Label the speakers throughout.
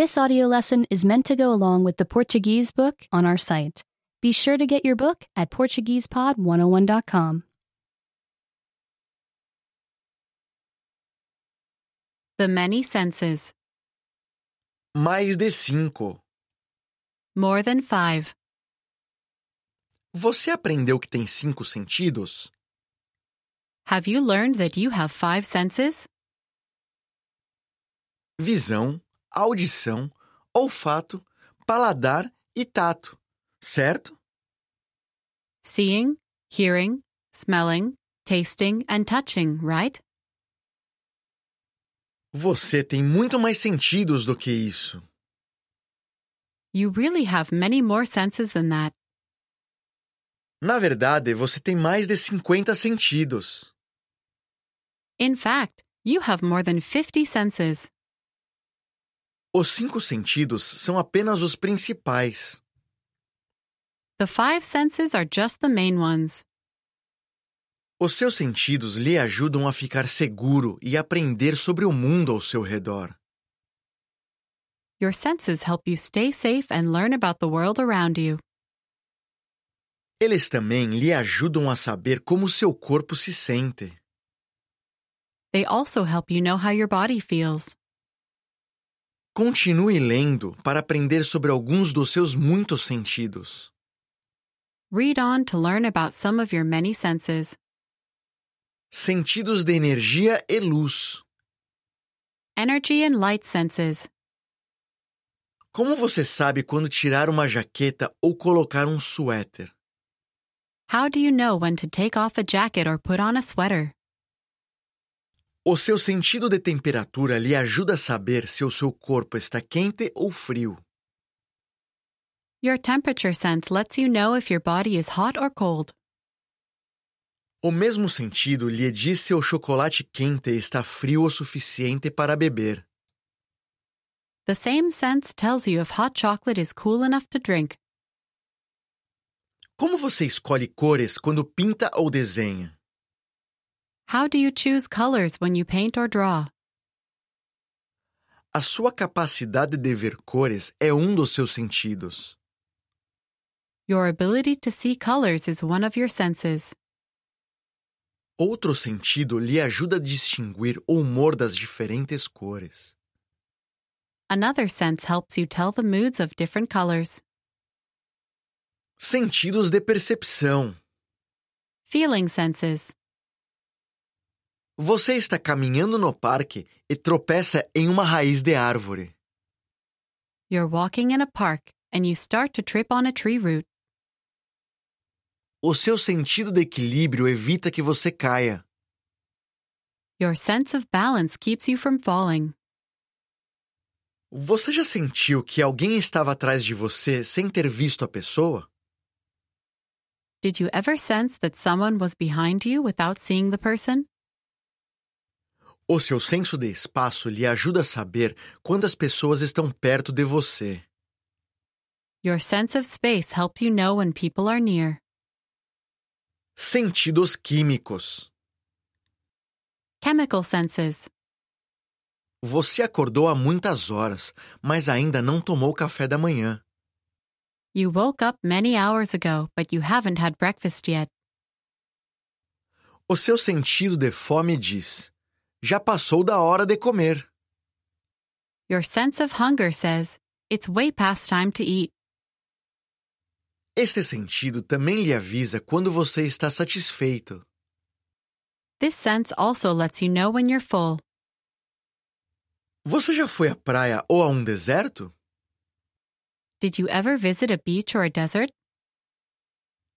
Speaker 1: This audio lesson is meant to go along with the Portuguese book on our site. Be sure to get your book at PortuguesePod101.com.
Speaker 2: The many senses.
Speaker 3: Mais de cinco.
Speaker 2: More than five.
Speaker 3: Você aprendeu que tem cinco sentidos?
Speaker 2: Have you learned that you have five senses?
Speaker 3: Visão, audição, olfato, paladar e tato, certo?
Speaker 2: Seeing, hearing, smelling, tasting, and touching, right?
Speaker 3: Você tem muito mais sentidos do que isso.
Speaker 2: You really have many more senses than that.
Speaker 3: Na verdade, você tem mais de 50 sentidos.
Speaker 2: In fact, you have more than 50 senses.
Speaker 3: Os cinco sentidos são apenas os principais.
Speaker 2: The five senses are just the main ones.
Speaker 3: Os seus sentidos lhe ajudam a ficar seguro e aprender sobre o mundo ao seu redor.
Speaker 2: Your senses help you stay safe and learn about the world around you.
Speaker 3: Eles também lhe ajudam a saber como seu corpo se sente.
Speaker 2: They also help you know how your body feels.
Speaker 3: Continue lendo para aprender sobre alguns dos seus muitos sentidos.
Speaker 2: Read on to learn about some of your many senses
Speaker 3: Sentidos de energia e luz.
Speaker 2: energy and light senses.
Speaker 3: Como você sabe quando tirar uma jaqueta ou colocar um suéter?
Speaker 2: How do you know when to take off a jacket or put on a sweater?
Speaker 3: O seu sentido de temperatura lhe ajuda a saber se o seu corpo está quente ou frio.
Speaker 2: Your temperature sense lets you know if your body is hot or cold.
Speaker 3: O mesmo sentido lhe diz se o chocolate quente está frio o suficiente para beber.
Speaker 2: The same sense tells you if hot chocolate is cool enough to drink.
Speaker 3: Como você escolhe cores quando pinta ou desenha?
Speaker 2: How do you choose colors when you paint or draw?
Speaker 3: A sua capacidade de ver cores é um dos seus sentidos.
Speaker 2: Your ability to see colors is one of your senses.
Speaker 3: Outro sentido lhe ajuda a distinguir o humor das diferentes cores.
Speaker 2: Another sense helps you tell the moods of different colors.
Speaker 3: Sentidos de percepção.
Speaker 2: Feeling senses.
Speaker 3: Você está caminhando no parque e tropeça em uma raiz de árvore.
Speaker 2: You're walking in a park and you start to trip on a tree root.
Speaker 3: O seu sentido de equilíbrio evita que você caia.
Speaker 2: Your sense of balance keeps you from falling.
Speaker 3: Você já sentiu que alguém estava atrás de você sem ter visto a pessoa?
Speaker 2: Did you ever sense that someone was behind you without seeing the person?
Speaker 3: O seu senso de espaço lhe ajuda a saber quando as pessoas estão perto de você.
Speaker 2: Your sense of space helps you know when people are near.
Speaker 3: Sentidos químicos.
Speaker 2: Chemical senses.
Speaker 3: Você acordou há muitas horas, mas ainda não tomou café da manhã.
Speaker 2: You woke up many hours ago, but you haven't had breakfast yet.
Speaker 3: O seu sentido de fome diz: já passou da hora de comer.
Speaker 2: Your sense of hunger says, it's way past time to eat.
Speaker 3: Este sentido também lhe avisa quando você está satisfeito.
Speaker 2: This sense also lets you know when you're full.
Speaker 3: Você já foi à praia ou a um deserto?
Speaker 2: Did you ever visit a beach or a desert?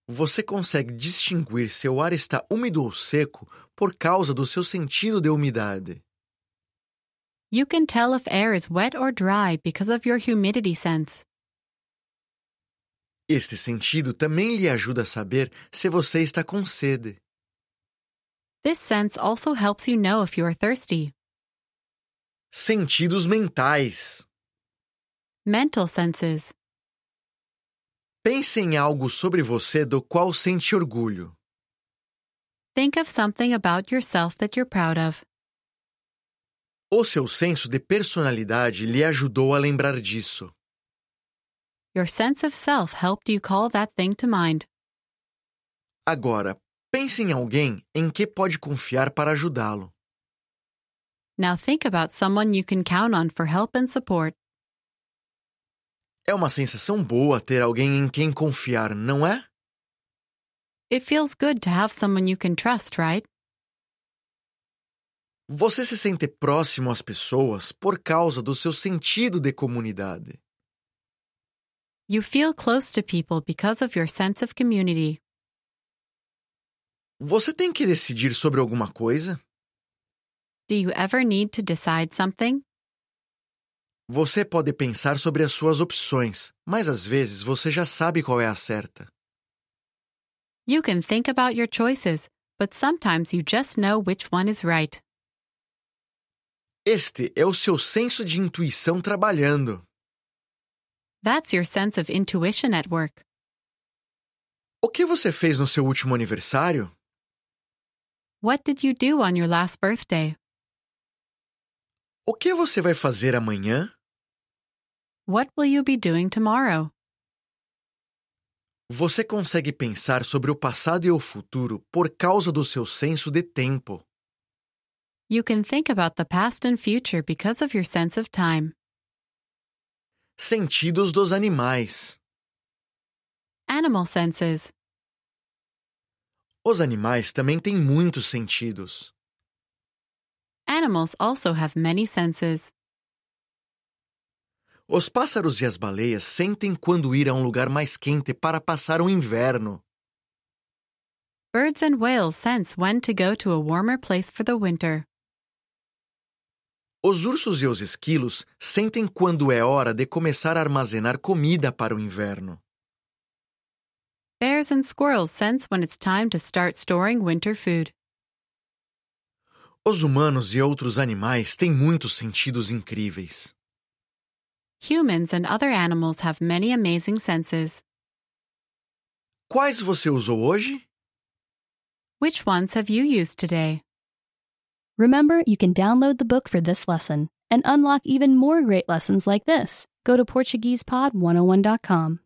Speaker 3: Você consegue distinguir se o ar está úmido ou seco por causa do seu sentido de umidade.
Speaker 2: You can tell if air is wet or dry because of your humidity sense.
Speaker 3: Este sentido também lhe ajuda a saber se você está com sede.
Speaker 2: This sense also helps you know if you are thirsty.
Speaker 3: Sentidos mentais.
Speaker 2: Mental senses.
Speaker 3: Pense em algo sobre você do qual sente orgulho.
Speaker 2: Think of something about yourself that you're proud of.
Speaker 3: O seu senso de personalidade lhe ajudou a lembrar disso.
Speaker 2: Your sense of self helped you call that thing to mind.
Speaker 3: Agora, pense em alguém em que pode confiar para ajudá-lo.
Speaker 2: Now think about someone you can count on for help and support.
Speaker 3: É uma sensação boa ter alguém em quem confiar, não é?
Speaker 2: It feels good to have someone you can trust, right?
Speaker 3: Você se sente próximo às pessoas por causa do seu sentido de comunidade.
Speaker 2: You feel close to people because of your sense of community.
Speaker 3: Você tem que decidir sobre alguma coisa?
Speaker 2: Do you ever need to decide something?
Speaker 3: Você pode pensar sobre as suas opções, mas às vezes você já sabe qual é a certa.
Speaker 2: You can think about your choices, but sometimes you just know which one is right.
Speaker 3: Este é o seu senso de intuição trabalhando.
Speaker 2: That's your sense of intuition at work.
Speaker 3: O que você fez no seu último aniversário?
Speaker 2: What did you do on your last birthday?
Speaker 3: O que você vai fazer amanhã?
Speaker 2: What will you be doing tomorrow?
Speaker 3: Você consegue pensar sobre o passado e o futuro por causa do seu senso de tempo.
Speaker 2: You can think about the past and future because of your sense of time.
Speaker 3: Sentidos dos animais.
Speaker 2: Animal senses.
Speaker 3: Os animais também têm muitos sentidos.
Speaker 2: Animals also have many senses.
Speaker 3: Os pássaros e as baleias sentem quando ir a um lugar mais quente para passar o inverno.
Speaker 2: Birds and whales sense when to go to a warmer place for the winter.
Speaker 3: Os ursos e os esquilos sentem quando é hora de começar a armazenar comida para o inverno.
Speaker 2: Bears and squirrels sense when it's time to start storing winter food.
Speaker 3: Os humanos e outros animais têm muitos sentidos incríveis.
Speaker 2: Humans and other animals have many amazing senses.
Speaker 3: Quais você usou hoje?
Speaker 2: Which ones have you used today?
Speaker 1: Remember, you can download the book for this oh lesson and unlock even more great lessons like this. Go to PortuguesePod101.com.